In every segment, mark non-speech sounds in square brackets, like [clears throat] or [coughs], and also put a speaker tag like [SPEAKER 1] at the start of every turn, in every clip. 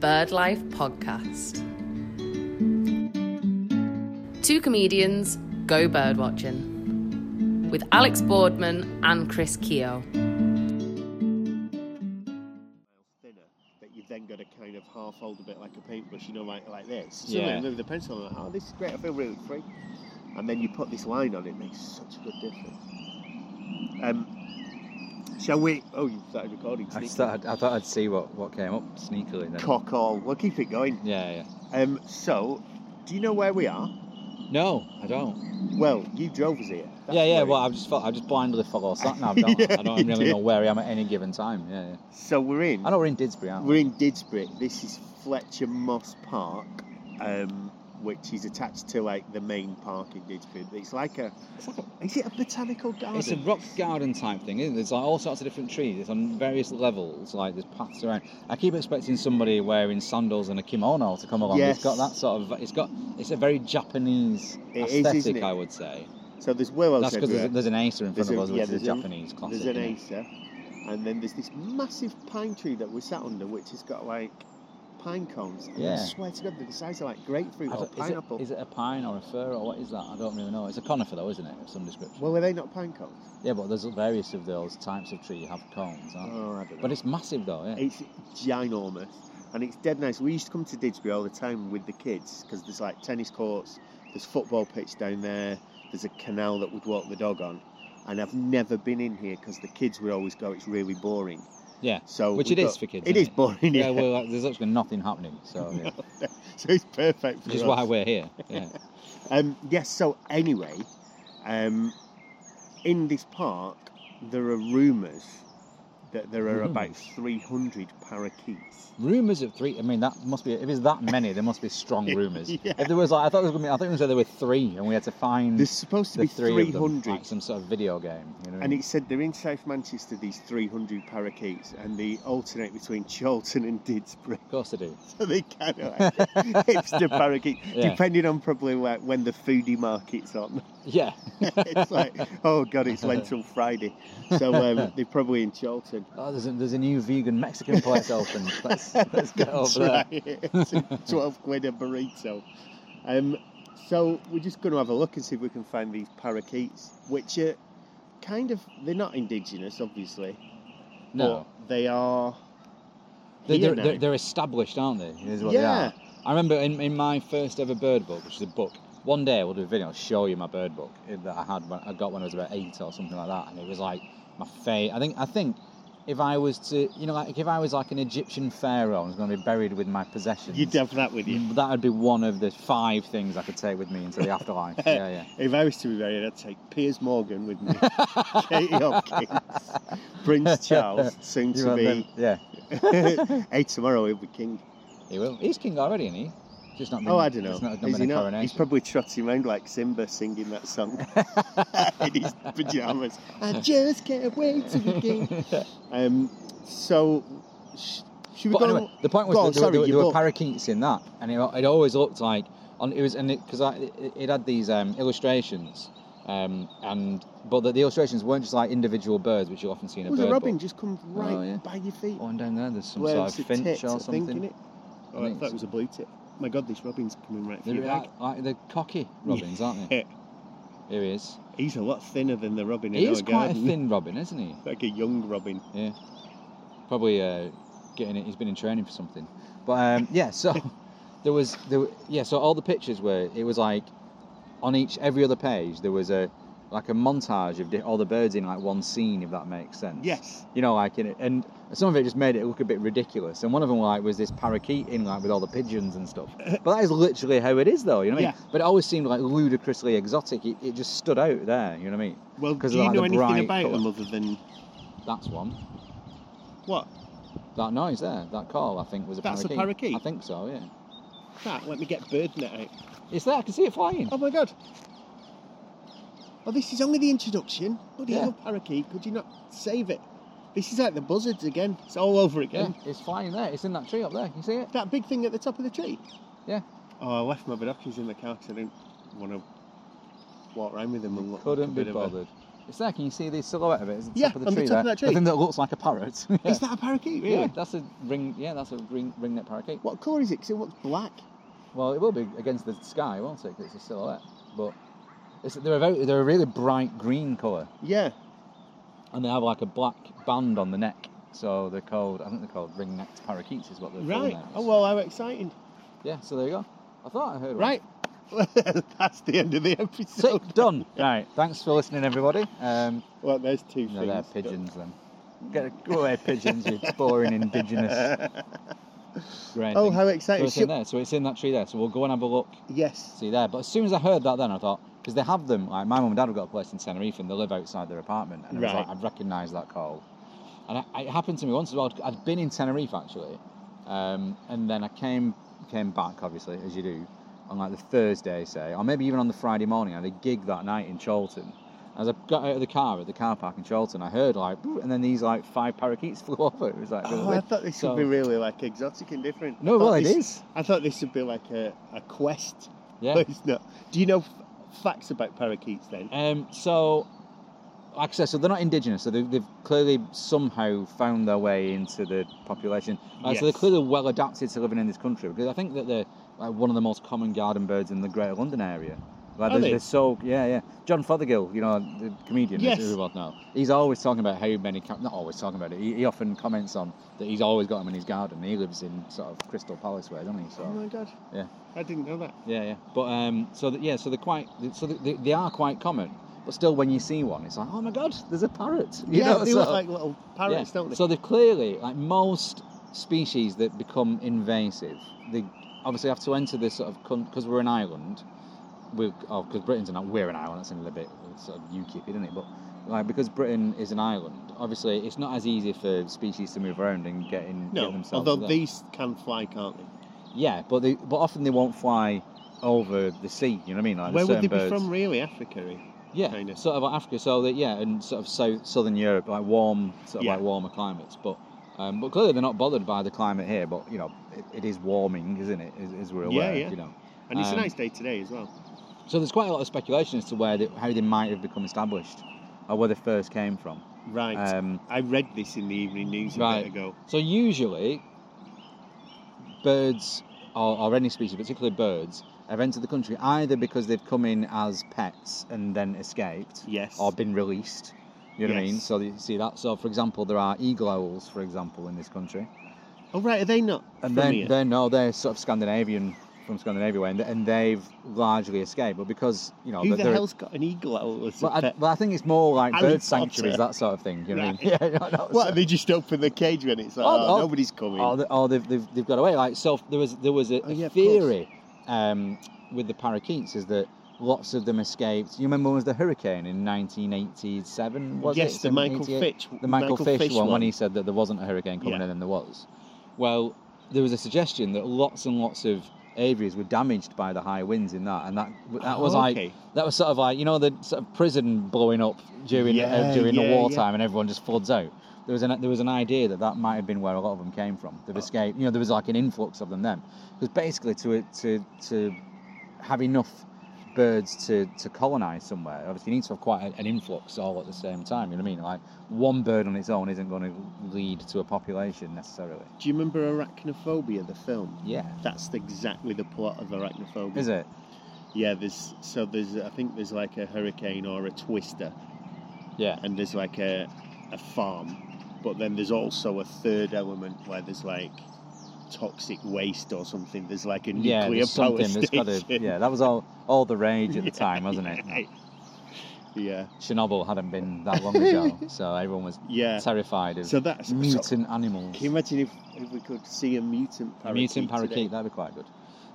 [SPEAKER 1] Bird Life podcast. Two comedians go birdwatching with Alex Boardman and Chris Keogh.
[SPEAKER 2] thinner that you've then got to kind of half hold a bit like a paintbrush, you know, like like this. So
[SPEAKER 3] Yeah.
[SPEAKER 2] yeah. with the pencil, I'm like, oh, this is great. I feel really free. And then you put this line on it, makes such a good difference. Um, shall we? Oh, you started recording.
[SPEAKER 3] I
[SPEAKER 2] sneaky.
[SPEAKER 3] started. I thought I'd see what, what came up sneakily. Then.
[SPEAKER 2] Cock all. We'll keep it going.
[SPEAKER 3] Yeah, yeah.
[SPEAKER 2] Um, so, do you know where we are?
[SPEAKER 3] No, I don't.
[SPEAKER 2] Well, you drove us here. That's
[SPEAKER 3] yeah, yeah.
[SPEAKER 2] where-
[SPEAKER 3] Well, I've just fo- I just blindly follow sat
[SPEAKER 2] [laughs]
[SPEAKER 3] now. Don't I? I don't
[SPEAKER 2] you
[SPEAKER 3] really
[SPEAKER 2] did.
[SPEAKER 3] know where I am at any given time. Yeah, yeah.
[SPEAKER 2] so we're in.
[SPEAKER 3] I know we're in Didsbury, aren't we?
[SPEAKER 2] We're in Didsbury. This is Fletcher Moss Park, um, which is attached to like the main park in Didsbury. It's like a, is it a botanical garden?
[SPEAKER 3] It's a rock garden type thing, isn't it? There's like all sorts of different trees. It's on various levels. Like there's paths around. I keep expecting somebody wearing sandals and a kimono to come along.
[SPEAKER 2] Yes.
[SPEAKER 3] It's got that sort of. It's got. It's a very Japanese
[SPEAKER 2] It is, isn't
[SPEAKER 3] aesthetic,
[SPEAKER 2] it?
[SPEAKER 3] I would say.
[SPEAKER 2] So there's willows
[SPEAKER 3] That's because
[SPEAKER 2] everywhere.
[SPEAKER 3] there's, there's an Acer in front
[SPEAKER 2] There's
[SPEAKER 3] of
[SPEAKER 2] a-
[SPEAKER 3] us,
[SPEAKER 2] yeah,
[SPEAKER 3] which is
[SPEAKER 2] there's
[SPEAKER 3] a
[SPEAKER 2] a-
[SPEAKER 3] Japanese classic.
[SPEAKER 2] There's an
[SPEAKER 3] isn't it?
[SPEAKER 2] Acer, and then there's this massive pine tree that we're sat under, which has got like pine cones. And I
[SPEAKER 3] Yeah.
[SPEAKER 2] swear to God, they're the size of like grapefruit or
[SPEAKER 3] I don't- is it-
[SPEAKER 2] pineapple.
[SPEAKER 3] Is it a pine or a fir or what is that? I don't really know. It's a conifer though, isn't it? Of some description.
[SPEAKER 2] Well, were they not pine cones?
[SPEAKER 3] yeah, but there's various of those types of tree have cones, aren't there?
[SPEAKER 2] Oh, I don't know.
[SPEAKER 3] But it's massive though, yeah.
[SPEAKER 2] It's ginormous and it's dead nice. We used to come to Didsbury all the time with the kids because there's like tennis courts, there's football pitch down there, there's a canal that we'd walk the dog on. And I've never been in here because the kids would always go, it's really boring.
[SPEAKER 3] Yeah,
[SPEAKER 2] So
[SPEAKER 3] Which
[SPEAKER 2] we've
[SPEAKER 3] it is
[SPEAKER 2] got-
[SPEAKER 3] for kids.
[SPEAKER 2] It
[SPEAKER 3] isn't
[SPEAKER 2] is boring, yeah.
[SPEAKER 3] Yeah, well, like, there's actually nothing happening, so yeah.
[SPEAKER 2] [laughs] so it's perfect for
[SPEAKER 3] which is
[SPEAKER 2] us.
[SPEAKER 3] why we're here. Yeah,
[SPEAKER 2] Um, yes, so anyway, um, in this park, there are rumours that there are about 300 parakeets.
[SPEAKER 3] rumors of three. I mean, that must be. If it's that many, there must be strong rumors.
[SPEAKER 2] [laughs] Yeah.
[SPEAKER 3] If there was like, I thought there was gonna be. I think we said there were three, and we had to find
[SPEAKER 2] There's supposed to
[SPEAKER 3] Mm. the
[SPEAKER 2] be
[SPEAKER 3] three of them,
[SPEAKER 2] 300.
[SPEAKER 3] like some sort of video game. You know what I
[SPEAKER 2] And
[SPEAKER 3] mean?
[SPEAKER 2] it said they're in South Manchester, these 300 parakeets, and they alternate between Charlton and Didsbury. [laughs]
[SPEAKER 3] of course they do.
[SPEAKER 2] So they kind of like hipster parakeet,
[SPEAKER 3] Yeah.
[SPEAKER 2] depending on probably like when the foodie market's on. [laughs]
[SPEAKER 3] Yeah,
[SPEAKER 2] it's like, oh God, it's Lentil Friday. So um, they're probably in Charlton.
[SPEAKER 3] Oh, there's a, there's a new vegan Mexican
[SPEAKER 2] [laughs]
[SPEAKER 3] place open. Let's, [laughs] let's get
[SPEAKER 2] That's
[SPEAKER 3] over there.
[SPEAKER 2] right. [laughs] It's a 12 quid a burrito. Um, so we're just going to have a look and see if we can find these parakeets, which are kind of, they're not indigenous, obviously.
[SPEAKER 3] No,
[SPEAKER 2] But they are.
[SPEAKER 3] they're,
[SPEAKER 2] here
[SPEAKER 3] they're,
[SPEAKER 2] now.
[SPEAKER 3] they're, they're established, aren't they? Is what
[SPEAKER 2] Yeah.
[SPEAKER 3] they are. I remember in, in my first ever bird book, which is a book. One day we'll do a video. I'll show you my bird book eh, that I had when I got when I was about eight or something like that, and it was like my favourite. I think I think if I was to, you know, like if I was like an Egyptian pharaoh and was going to be buried with my possessions,
[SPEAKER 2] You'd have that with you.
[SPEAKER 3] that would be one of the five things I could take with me into
[SPEAKER 2] [laughs]
[SPEAKER 3] the afterlife. yeah, yeah.
[SPEAKER 2] If I was to be buried, I'd take Piers Morgan
[SPEAKER 3] [laughs]
[SPEAKER 2] with me, Katie Hopkins, Prince Charles, soon
[SPEAKER 3] You
[SPEAKER 2] to
[SPEAKER 3] want them-
[SPEAKER 2] be.
[SPEAKER 3] yeah.
[SPEAKER 2] [laughs] hey, tomorrow he'll be king.
[SPEAKER 3] He will. He's king already, isn't he? Just not. Been,
[SPEAKER 2] Oh, I don't know.
[SPEAKER 3] It's not, not
[SPEAKER 2] Is
[SPEAKER 3] been
[SPEAKER 2] he not?
[SPEAKER 3] a
[SPEAKER 2] He's
[SPEAKER 3] coronation.
[SPEAKER 2] probably trotting around like Simba singing that song [laughs] in
[SPEAKER 3] [laughs]
[SPEAKER 2] his pajamas. I just can't wait to be king. Um, so, sh- should we
[SPEAKER 3] But
[SPEAKER 2] go?
[SPEAKER 3] anyway, the point was
[SPEAKER 2] go on,
[SPEAKER 3] that there,
[SPEAKER 2] sorry,
[SPEAKER 3] were, there
[SPEAKER 2] your
[SPEAKER 3] were
[SPEAKER 2] book.
[SPEAKER 3] parakeets in that, and it, it always looked like on it was and because it, it, it had these um, illustrations, um, and but the, the illustrations weren't just like individual birds, which you often see in a
[SPEAKER 2] Oh, there's
[SPEAKER 3] bird
[SPEAKER 2] a robin
[SPEAKER 3] book.
[SPEAKER 2] just comes right
[SPEAKER 3] yeah.
[SPEAKER 2] by your feet.
[SPEAKER 3] Oh, and down there there's some
[SPEAKER 2] Well,
[SPEAKER 3] sort
[SPEAKER 2] it's
[SPEAKER 3] of
[SPEAKER 2] a
[SPEAKER 3] finch
[SPEAKER 2] tit,
[SPEAKER 3] or
[SPEAKER 2] I think, isn't
[SPEAKER 3] something.
[SPEAKER 2] it? Oh,
[SPEAKER 3] I
[SPEAKER 2] I
[SPEAKER 3] think
[SPEAKER 2] thought it
[SPEAKER 3] so.
[SPEAKER 2] was a blue tip. My God, this robin's coming right for
[SPEAKER 3] They're
[SPEAKER 2] you.
[SPEAKER 3] like, like the cocky robins, aren't they? Here he is.
[SPEAKER 2] He's a lot thinner than the robin in
[SPEAKER 3] He
[SPEAKER 2] our
[SPEAKER 3] is quite a
[SPEAKER 2] garden.
[SPEAKER 3] thin robin, isn't he?
[SPEAKER 2] [laughs] like a young robin.
[SPEAKER 3] probably uh, getting it. He's been in training for something. But um,
[SPEAKER 2] [laughs]
[SPEAKER 3] yeah, so there was there. were- Yeah, so all the pictures were. It was like on each every other page there was a like a montage of di- all the birds in like one scene, if that makes sense.
[SPEAKER 2] Yes.
[SPEAKER 3] You know, like in it, and some of it just made it look a bit ridiculous. And one of them like was this parakeet in like with all the pigeons
[SPEAKER 2] [laughs]
[SPEAKER 3] and stuff. But that is literally how it is, though. You know what I mean? But it always seemed like ludicrously exotic. It, it just stood out there. You know what I mean?
[SPEAKER 2] Well,
[SPEAKER 3] 'Cause
[SPEAKER 2] do
[SPEAKER 3] of,
[SPEAKER 2] you
[SPEAKER 3] like,
[SPEAKER 2] know
[SPEAKER 3] the
[SPEAKER 2] anything
[SPEAKER 3] bright
[SPEAKER 2] about
[SPEAKER 3] colour.
[SPEAKER 2] them other than
[SPEAKER 3] That's one.
[SPEAKER 2] what?
[SPEAKER 3] That noise there, that call, I think was a
[SPEAKER 2] That's a
[SPEAKER 3] parakeet.
[SPEAKER 2] parakeet?
[SPEAKER 3] I think so. Yeah.
[SPEAKER 2] That. Let me get bird net out.
[SPEAKER 3] It's there. I can see it flying.
[SPEAKER 2] Oh my God. Oh, this is only the introduction. Bloody
[SPEAKER 3] Yeah.
[SPEAKER 2] hell, parakeet! Could you not save it? This is like the buzzards again. It's all over
[SPEAKER 3] Yeah,
[SPEAKER 2] again.
[SPEAKER 3] it's flying there. It's in that tree up there. Can you see it?
[SPEAKER 2] That big thing at the top of the tree.
[SPEAKER 3] Yeah.
[SPEAKER 2] Oh, I left my binoculars in the car because I didn't want to walk around with them and look. like a
[SPEAKER 3] Couldn't be
[SPEAKER 2] bit of a-
[SPEAKER 3] bothered. It's there. Can you see the silhouette of it? It's at the
[SPEAKER 2] Yeah,
[SPEAKER 3] top of the
[SPEAKER 2] on the
[SPEAKER 3] tree
[SPEAKER 2] top
[SPEAKER 3] there.
[SPEAKER 2] of that
[SPEAKER 3] The
[SPEAKER 2] tree.
[SPEAKER 3] thing that looks like a parrot. [laughs] yeah.
[SPEAKER 2] Is that a parakeet, really?
[SPEAKER 3] Yeah, that's a ring. Yeah, that's a green ringnet parakeet.
[SPEAKER 2] What colour is it? 'Cause it looks black.
[SPEAKER 3] Well, it will be against the sky, won't it? 'Cause it's a silhouette. But it's, they're a very, they're a really bright green colour,
[SPEAKER 2] Yeah.
[SPEAKER 3] and they have like a black band on the neck. So they're called, I think they're called ring-necked parakeets, is what they're called
[SPEAKER 2] Right.
[SPEAKER 3] now.
[SPEAKER 2] Oh, well, how exciting.
[SPEAKER 3] Yeah. So there you go. I thought I heard one.
[SPEAKER 2] Right. [laughs] That's the end of the episode. [laughs]
[SPEAKER 3] Tick done. Right. Thanks for listening, everybody. Um,
[SPEAKER 2] Well, there's two
[SPEAKER 3] no,
[SPEAKER 2] things.
[SPEAKER 3] they're pigeons then. Get go away, pigeons. [laughs] You boring indigenous. Great.
[SPEAKER 2] oh, how exciting.
[SPEAKER 3] so it's in
[SPEAKER 2] Should-
[SPEAKER 3] there. So it's in that tree there. So we'll go and have a look.
[SPEAKER 2] Yes.
[SPEAKER 3] See there. But as soon as I heard that, then I thought because they have them. Like my mum and dad have got a place in Tenerife and they live outside their apartment, and I was
[SPEAKER 2] Right.
[SPEAKER 3] like, I've recognised that call. And I, it happened to me once as well. I'd been in Tenerife actually, um, and then I came came back obviously as you do on like the Thursday say, or maybe even on the Friday morning. I had a gig that night in Cholton. As I got out of the car at the car park in Cholton, I heard like, "Boo," and then these like five parakeets flew over. It was like, really
[SPEAKER 2] Oh, I
[SPEAKER 3] weird.
[SPEAKER 2] thought this
[SPEAKER 3] So-
[SPEAKER 2] would be really like exotic and different. I
[SPEAKER 3] no, well,
[SPEAKER 2] thought
[SPEAKER 3] it
[SPEAKER 2] this-
[SPEAKER 3] is.
[SPEAKER 2] I thought this would be like a, a quest, [laughs]
[SPEAKER 3] Yeah.
[SPEAKER 2] but it's not. Do you know f- facts about parakeets then?
[SPEAKER 3] Um, so, like I said, so they're not indigenous. So they've, they've clearly somehow found their way into the population. Like, So they're
[SPEAKER 2] Yes.
[SPEAKER 3] clearly well adapted to living in this country because I think that they're like, one of the most common garden birds in the Greater London area. Like
[SPEAKER 2] Are
[SPEAKER 3] they're,
[SPEAKER 2] they?
[SPEAKER 3] they're so yeah yeah. John Fothergill, you know the comedian,
[SPEAKER 2] Yes.
[SPEAKER 3] is who well now. He's always talking about how many ca- not always talking about it. He, he often comments on that he's always got them in his garden. He lives in sort of Crystal Palace way, doesn't he? So
[SPEAKER 2] Oh my god.
[SPEAKER 3] Yeah.
[SPEAKER 2] I didn't know that.
[SPEAKER 3] yeah, yeah. But um, so that, yeah, so they're quite, so they, they are quite common. But still, when you see one, it's like, oh my god, there's a parrot. You
[SPEAKER 2] yeah,
[SPEAKER 3] know,
[SPEAKER 2] they
[SPEAKER 3] so,
[SPEAKER 2] look like little parrots,
[SPEAKER 3] yeah.
[SPEAKER 2] don't they?
[SPEAKER 3] So they're clearly like most species that become invasive. They obviously have to enter this sort of because we're an island. We're because Britain's an island. We're an island. That's in a bit sort of UKIP, isn't it? But like because Britain is an island, obviously it's not as easy for species to move around and get in. get
[SPEAKER 2] no,
[SPEAKER 3] themselves
[SPEAKER 2] although
[SPEAKER 3] there.
[SPEAKER 2] these can fly, can't they?
[SPEAKER 3] Yeah, but they, but often they won't fly over the sea. You know what I mean? Like
[SPEAKER 2] Where
[SPEAKER 3] there's
[SPEAKER 2] would they
[SPEAKER 3] certain birds.
[SPEAKER 2] be from, really? Africa? eh?
[SPEAKER 3] Yeah,
[SPEAKER 2] Kinda.
[SPEAKER 3] sort of like Africa. So that yeah, and sort of south, southern Europe, like warm, sort of
[SPEAKER 2] Yeah.
[SPEAKER 3] like warmer climates. But um, but clearly they're not bothered by the climate here. But you know, it, it is warming, isn't it? As, as we're
[SPEAKER 2] Yeah,
[SPEAKER 3] aware,
[SPEAKER 2] yeah.
[SPEAKER 3] you know.
[SPEAKER 2] And it's
[SPEAKER 3] Um,
[SPEAKER 2] a nice day today as well.
[SPEAKER 3] So there's quite a lot of speculation as to where they, how they might have become established, or where they first came from.
[SPEAKER 2] Right.
[SPEAKER 3] Um,
[SPEAKER 2] Uh, I read this in the evening news a
[SPEAKER 3] Right.
[SPEAKER 2] bit ago.
[SPEAKER 3] So usually, birds or, or any species, particularly birds, have entered the country either because they've come in as pets and then escaped,
[SPEAKER 2] Yes.
[SPEAKER 3] or been released. You know what I mean?
[SPEAKER 2] Yes.
[SPEAKER 3] So you see that. So for example, there are eagle owls, for example, in this country,
[SPEAKER 2] oh, right. Are they not?
[SPEAKER 3] and
[SPEAKER 2] from
[SPEAKER 3] then
[SPEAKER 2] here?
[SPEAKER 3] they're no, they're sort of Scandinavian from Scandinavia, and, and they've largely escaped. But because you know,
[SPEAKER 2] Who
[SPEAKER 3] that
[SPEAKER 2] the
[SPEAKER 3] they're-
[SPEAKER 2] hell's got an eagle owl as a
[SPEAKER 3] well, I,
[SPEAKER 2] pet?
[SPEAKER 3] well, I think it's more like
[SPEAKER 2] Harry
[SPEAKER 3] bird sanctuaries,
[SPEAKER 2] Potter.
[SPEAKER 3] that sort of thing. You know
[SPEAKER 2] Right.
[SPEAKER 3] what I mean? [laughs] Yeah, no, no,
[SPEAKER 2] What,
[SPEAKER 3] so-
[SPEAKER 2] they just open the cage when it's like,
[SPEAKER 3] Oh,
[SPEAKER 2] oh,
[SPEAKER 3] oh.
[SPEAKER 2] nobody's coming.
[SPEAKER 3] Oh, they, oh they've, they've, they've got away. Like so, there was there was a,
[SPEAKER 2] Oh, yeah,
[SPEAKER 3] a
[SPEAKER 2] of course.
[SPEAKER 3] theory um, with the parakeets is that lots of them escaped. You remember when was the hurricane in 1987? Was
[SPEAKER 2] yes,
[SPEAKER 3] it?
[SPEAKER 2] the Michael
[SPEAKER 3] 88?
[SPEAKER 2] Fitch.
[SPEAKER 3] the Michael, Fish, one, when he said that there wasn't a hurricane coming
[SPEAKER 2] Yeah.
[SPEAKER 3] in and there was. Well, there was a suggestion that lots and lots of aviaries were damaged by the high winds in that, and that that was
[SPEAKER 2] Oh,
[SPEAKER 3] like
[SPEAKER 2] okay.
[SPEAKER 3] that was sort of like you know the sort of prison blowing up during uh,
[SPEAKER 2] Yeah,
[SPEAKER 3] during the
[SPEAKER 2] yeah,
[SPEAKER 3] wartime and everyone just floods out. There was an there was an idea that that might have been where a lot of them came from.
[SPEAKER 2] Oh.
[SPEAKER 3] They've escaped. You know, there was like an influx of them then, because basically to to to have enough birds to, to colonize somewhere obviously you need to have quite a- an influx all at the same time you know what i mean like one bird on its own isn't going to lead to a population necessarily
[SPEAKER 2] Do you remember Arachnophobia, the film?
[SPEAKER 3] yeah
[SPEAKER 2] That's exactly the plot of Arachnophobia.
[SPEAKER 3] is it
[SPEAKER 2] Yeah, there's so there's I think there's like a hurricane or a twister,
[SPEAKER 3] yeah
[SPEAKER 2] and there's like a a farm, but then there's also a third element where there's like toxic waste or something. There's like a nuclear
[SPEAKER 3] yeah there's
[SPEAKER 2] power
[SPEAKER 3] something that's got
[SPEAKER 2] station.
[SPEAKER 3] to yeah that was all all the rage at the
[SPEAKER 2] Yeah,
[SPEAKER 3] time wasn't it
[SPEAKER 2] [laughs] yeah. Yeah,
[SPEAKER 3] Chernobyl hadn't been that
[SPEAKER 2] [laughs]
[SPEAKER 3] long ago, so everyone was
[SPEAKER 2] yeah.
[SPEAKER 3] terrified of
[SPEAKER 2] So that's so-
[SPEAKER 3] mutant animals.
[SPEAKER 2] can you imagine if, if we could see a mutant
[SPEAKER 3] A
[SPEAKER 2] parakeet?
[SPEAKER 3] mutant
[SPEAKER 2] today?
[SPEAKER 3] parakeet, that'd be quite good.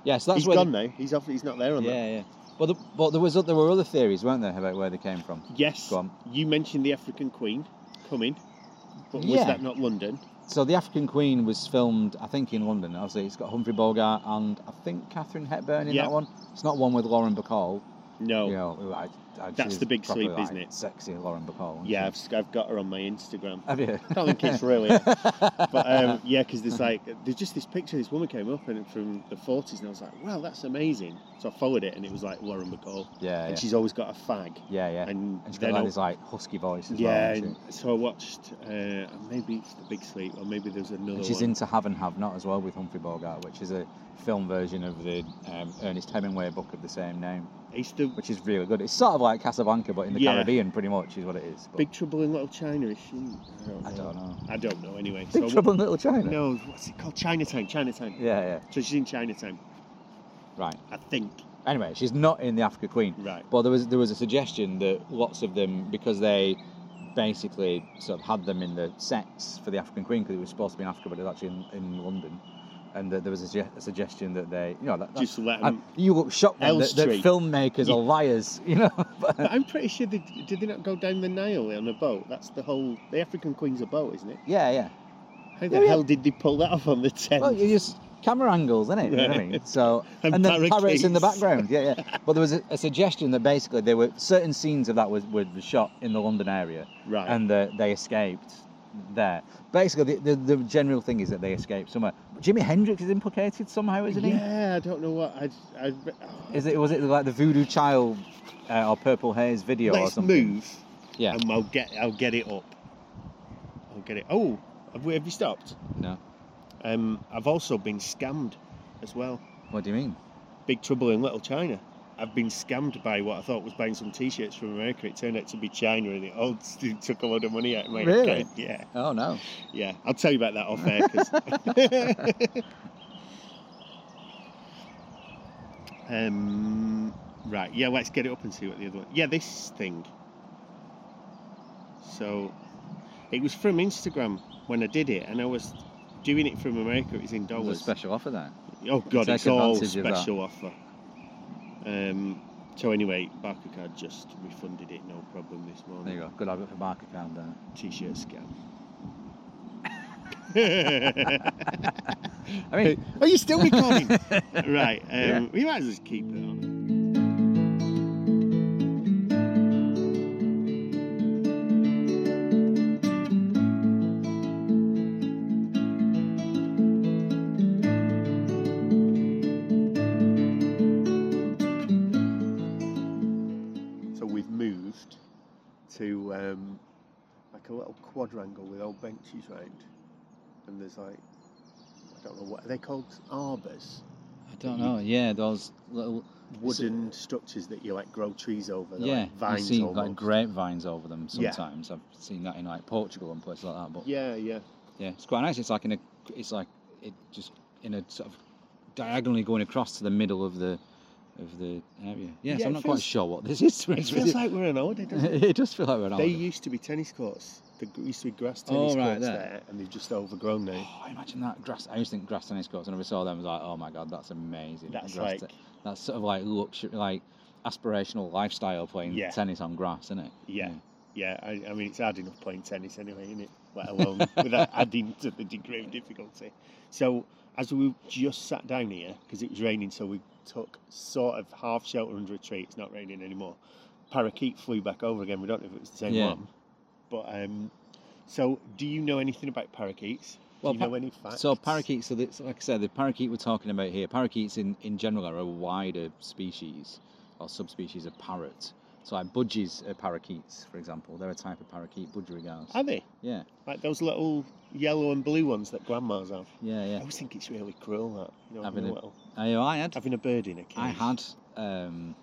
[SPEAKER 3] Yeah, so that's
[SPEAKER 2] he's
[SPEAKER 3] where.
[SPEAKER 2] gone now. He's off. He's not there
[SPEAKER 3] the,
[SPEAKER 2] on
[SPEAKER 3] yeah, yeah. Well, the, well, there was o- there were other theories, weren't there, about where they came from?
[SPEAKER 2] that. Yes.
[SPEAKER 3] Go on.
[SPEAKER 2] You mentioned the African Queen coming, but
[SPEAKER 3] Yeah.
[SPEAKER 2] was that not London?
[SPEAKER 3] So the African Queen was filmed, I think, in London. Obviously, it's got Humphrey Bogart and I think Catherine Hepburn in
[SPEAKER 2] Yeah.
[SPEAKER 3] that one. It's not one with Lauren Bacall.
[SPEAKER 2] No.
[SPEAKER 3] You know, who I, I,
[SPEAKER 2] That's
[SPEAKER 3] she's
[SPEAKER 2] the big
[SPEAKER 3] properly,
[SPEAKER 2] sleep,
[SPEAKER 3] like,
[SPEAKER 2] isn't it?
[SPEAKER 3] Sexy Lauren Bacall.
[SPEAKER 2] Yeah, I've, I've got her on my
[SPEAKER 3] [laughs]
[SPEAKER 2] Instagram.
[SPEAKER 3] Have you?
[SPEAKER 2] I don't think it's real, yeah. But um, yeah, because there's like there's just this picture. This woman came up and from the 40s, and I was like, wow, that's amazing. So I followed it, and it was like Lauren McCall,
[SPEAKER 3] [laughs] yeah, yeah,
[SPEAKER 2] and she's always got a fag.
[SPEAKER 3] yeah, yeah. And,
[SPEAKER 2] And,
[SPEAKER 3] she's got
[SPEAKER 2] then
[SPEAKER 3] like
[SPEAKER 2] I-
[SPEAKER 3] this like husky voice as
[SPEAKER 2] yeah,
[SPEAKER 3] well. isn't
[SPEAKER 2] and so I watched. Uh, maybe it's the Big Sleep, or maybe there's another.
[SPEAKER 3] she? And she's
[SPEAKER 2] one.
[SPEAKER 3] into Have and Have Not as well with Humphrey Bogart, which is a film version of the um, Ernest Hemingway book of the same name,
[SPEAKER 2] It's the
[SPEAKER 3] which is really good. It's sort of like Casablanca, but in the
[SPEAKER 2] Yeah.
[SPEAKER 3] Caribbean, pretty much is what it is. But
[SPEAKER 2] Big Trouble in Little China. Is she? I don't know.
[SPEAKER 3] I don't know.
[SPEAKER 2] I don't know. Anyway,
[SPEAKER 3] Big
[SPEAKER 2] So I-
[SPEAKER 3] Trouble in Little China.
[SPEAKER 2] No, what's it called? Chinatown. Chinatown.
[SPEAKER 3] Yeah, yeah.
[SPEAKER 2] So she's in Chinatown,
[SPEAKER 3] Right.
[SPEAKER 2] I think.
[SPEAKER 3] Anyway, she's not in the Africa Queen.
[SPEAKER 2] Right.
[SPEAKER 3] Well, there was there was a suggestion that lots of them, because they basically sort of had them in the sets for the African Queen, because it was supposed to be in Africa, but it was actually in, in London, and that there was a, suge- a suggestion that they, you know, that, that
[SPEAKER 2] Just let
[SPEAKER 3] I- [laughs]
[SPEAKER 2] them.
[SPEAKER 3] you look shocked then
[SPEAKER 2] L
[SPEAKER 3] that, that
[SPEAKER 2] Street.
[SPEAKER 3] filmmakers
[SPEAKER 2] Yeah.
[SPEAKER 3] are liars, you know. [laughs]
[SPEAKER 2] But I'm pretty sure they did they not go down the Nile on a boat. That's the whole. The African Queen's a boat, isn't it?
[SPEAKER 3] yeah, yeah.
[SPEAKER 2] How the
[SPEAKER 3] Yeah, yeah.
[SPEAKER 2] hell did they pull that off on the Thames?
[SPEAKER 3] Well, you just camera angles, isn't it? You know what I mean? So
[SPEAKER 2] [laughs] And
[SPEAKER 3] and then parrots in the
[SPEAKER 2] parakeets.
[SPEAKER 3] background. Yeah, yeah. But there was a, a suggestion that basically there were certain scenes of that was were shot in the London area.
[SPEAKER 2] right.
[SPEAKER 3] and the, they escaped there. Basically, the, the, the general thing is that they escaped somewhere. Jimi Hendrix is implicated somehow, isn't
[SPEAKER 2] yeah, I don't know what I. I oh,
[SPEAKER 3] he? Is it was it like the Voodoo Child uh, or Purple Haze video or
[SPEAKER 2] oh, let's
[SPEAKER 3] something?
[SPEAKER 2] move,
[SPEAKER 3] Yeah.
[SPEAKER 2] and I'll get I'll get it up. I'll get it. Oh, have, we, have you stopped?
[SPEAKER 3] No.
[SPEAKER 2] Um, I've also been scammed, as well.
[SPEAKER 3] What do you mean?
[SPEAKER 2] Big Trouble in Little China. I've been scammed by what I thought was buying some T-shirts from America. It turned out to be China, and it all [laughs] it took a load of money out of my
[SPEAKER 3] Really?
[SPEAKER 2] account. Yeah,
[SPEAKER 3] Oh no.
[SPEAKER 2] yeah. I'll tell you about that off air. 'cause- [laughs] um, right. Yeah. Let's get it up and see what the other one. Yeah, this thing. So, it was from Instagram when I did it, and I was doing it from America. It was in
[SPEAKER 3] That was a
[SPEAKER 2] dollars.
[SPEAKER 3] special offer there.
[SPEAKER 2] Oh god,
[SPEAKER 3] Take
[SPEAKER 2] it's all
[SPEAKER 3] advantage of that.
[SPEAKER 2] special offer. Um, so anyway, Barclaycard just refunded it, no problem this morning.
[SPEAKER 3] There you go. Good advert for market account there.
[SPEAKER 2] T-shirt
[SPEAKER 3] [laughs]
[SPEAKER 2] scam. [laughs]
[SPEAKER 3] I mean,
[SPEAKER 2] Are you
[SPEAKER 3] [laughs]
[SPEAKER 2] still recording? [laughs] right, um, we might as well just keep it on. So we've moved to um, like a little quadrangle with old benches round, and there's like I don't know what are they called arbours,
[SPEAKER 3] I don't know. Yeah, those little
[SPEAKER 2] wooden structures that you like grow trees over. They're
[SPEAKER 3] yeah,
[SPEAKER 2] like vines
[SPEAKER 3] you see
[SPEAKER 2] almost.
[SPEAKER 3] like grapevines over them
[SPEAKER 2] Yeah.
[SPEAKER 3] sometimes. I've seen that in like Portugal and places like that. But
[SPEAKER 2] Yeah, yeah,
[SPEAKER 3] [laughs] Yeah, it's quite nice. It's like in a, it's like it just in a sort of diagonally going across to the middle of the of the area. Yes,
[SPEAKER 2] Yeah,
[SPEAKER 3] I'm
[SPEAKER 2] it
[SPEAKER 3] not
[SPEAKER 2] feels-
[SPEAKER 3] quite sure what this is. to be
[SPEAKER 2] it
[SPEAKER 3] honest with
[SPEAKER 2] feels
[SPEAKER 3] you. [laughs]
[SPEAKER 2] like we're an order. Doesn't it?
[SPEAKER 3] it does feel like we're an
[SPEAKER 2] They
[SPEAKER 3] island.
[SPEAKER 2] used to be tennis courts. There used to be grass
[SPEAKER 3] Oh,
[SPEAKER 2] tennis
[SPEAKER 3] right,
[SPEAKER 2] courts
[SPEAKER 3] there.
[SPEAKER 2] there. and they've just overgrown now.
[SPEAKER 3] Oh, imagine that grass. I used to think grass tennis courts. Whenever I saw them, I was like, oh my god, that's amazing.
[SPEAKER 2] That's
[SPEAKER 3] Grass
[SPEAKER 2] like-
[SPEAKER 3] that's sort of like luxury, like aspirational lifestyle playing
[SPEAKER 2] Yeah.
[SPEAKER 3] tennis on grass, isn't it?
[SPEAKER 2] Yeah, yeah. I, I mean, it's hard enough playing tennis anyway, isn't it? Let alone [laughs] without adding to the degree of difficulty. So as we just sat down here because it was raining, so we took sort of half shelter under a tree. It's not raining anymore. Parakeet flew back over again. We don't know if it was the same
[SPEAKER 3] Yeah.
[SPEAKER 2] one, but um. So, do you know anything about parakeets?
[SPEAKER 3] Well,
[SPEAKER 2] do you
[SPEAKER 3] pa-
[SPEAKER 2] know any facts?
[SPEAKER 3] So parakeets, so that's like I said, the parakeet we're talking about here, parakeets in, in general are a wider species or subspecies of parrot. So like budgies are parakeets, for example. They're a type of parakeet, budgerigars.
[SPEAKER 2] Are they
[SPEAKER 3] Yeah,
[SPEAKER 2] like those little yellow and blue ones that grandmas have?
[SPEAKER 3] yeah,
[SPEAKER 2] I
[SPEAKER 3] yeah.
[SPEAKER 2] always think it's really cruel that you know, having,
[SPEAKER 3] Having
[SPEAKER 2] a,
[SPEAKER 3] a-
[SPEAKER 2] little,
[SPEAKER 3] I, I had,
[SPEAKER 2] having a bird in a cage.
[SPEAKER 3] I had, um,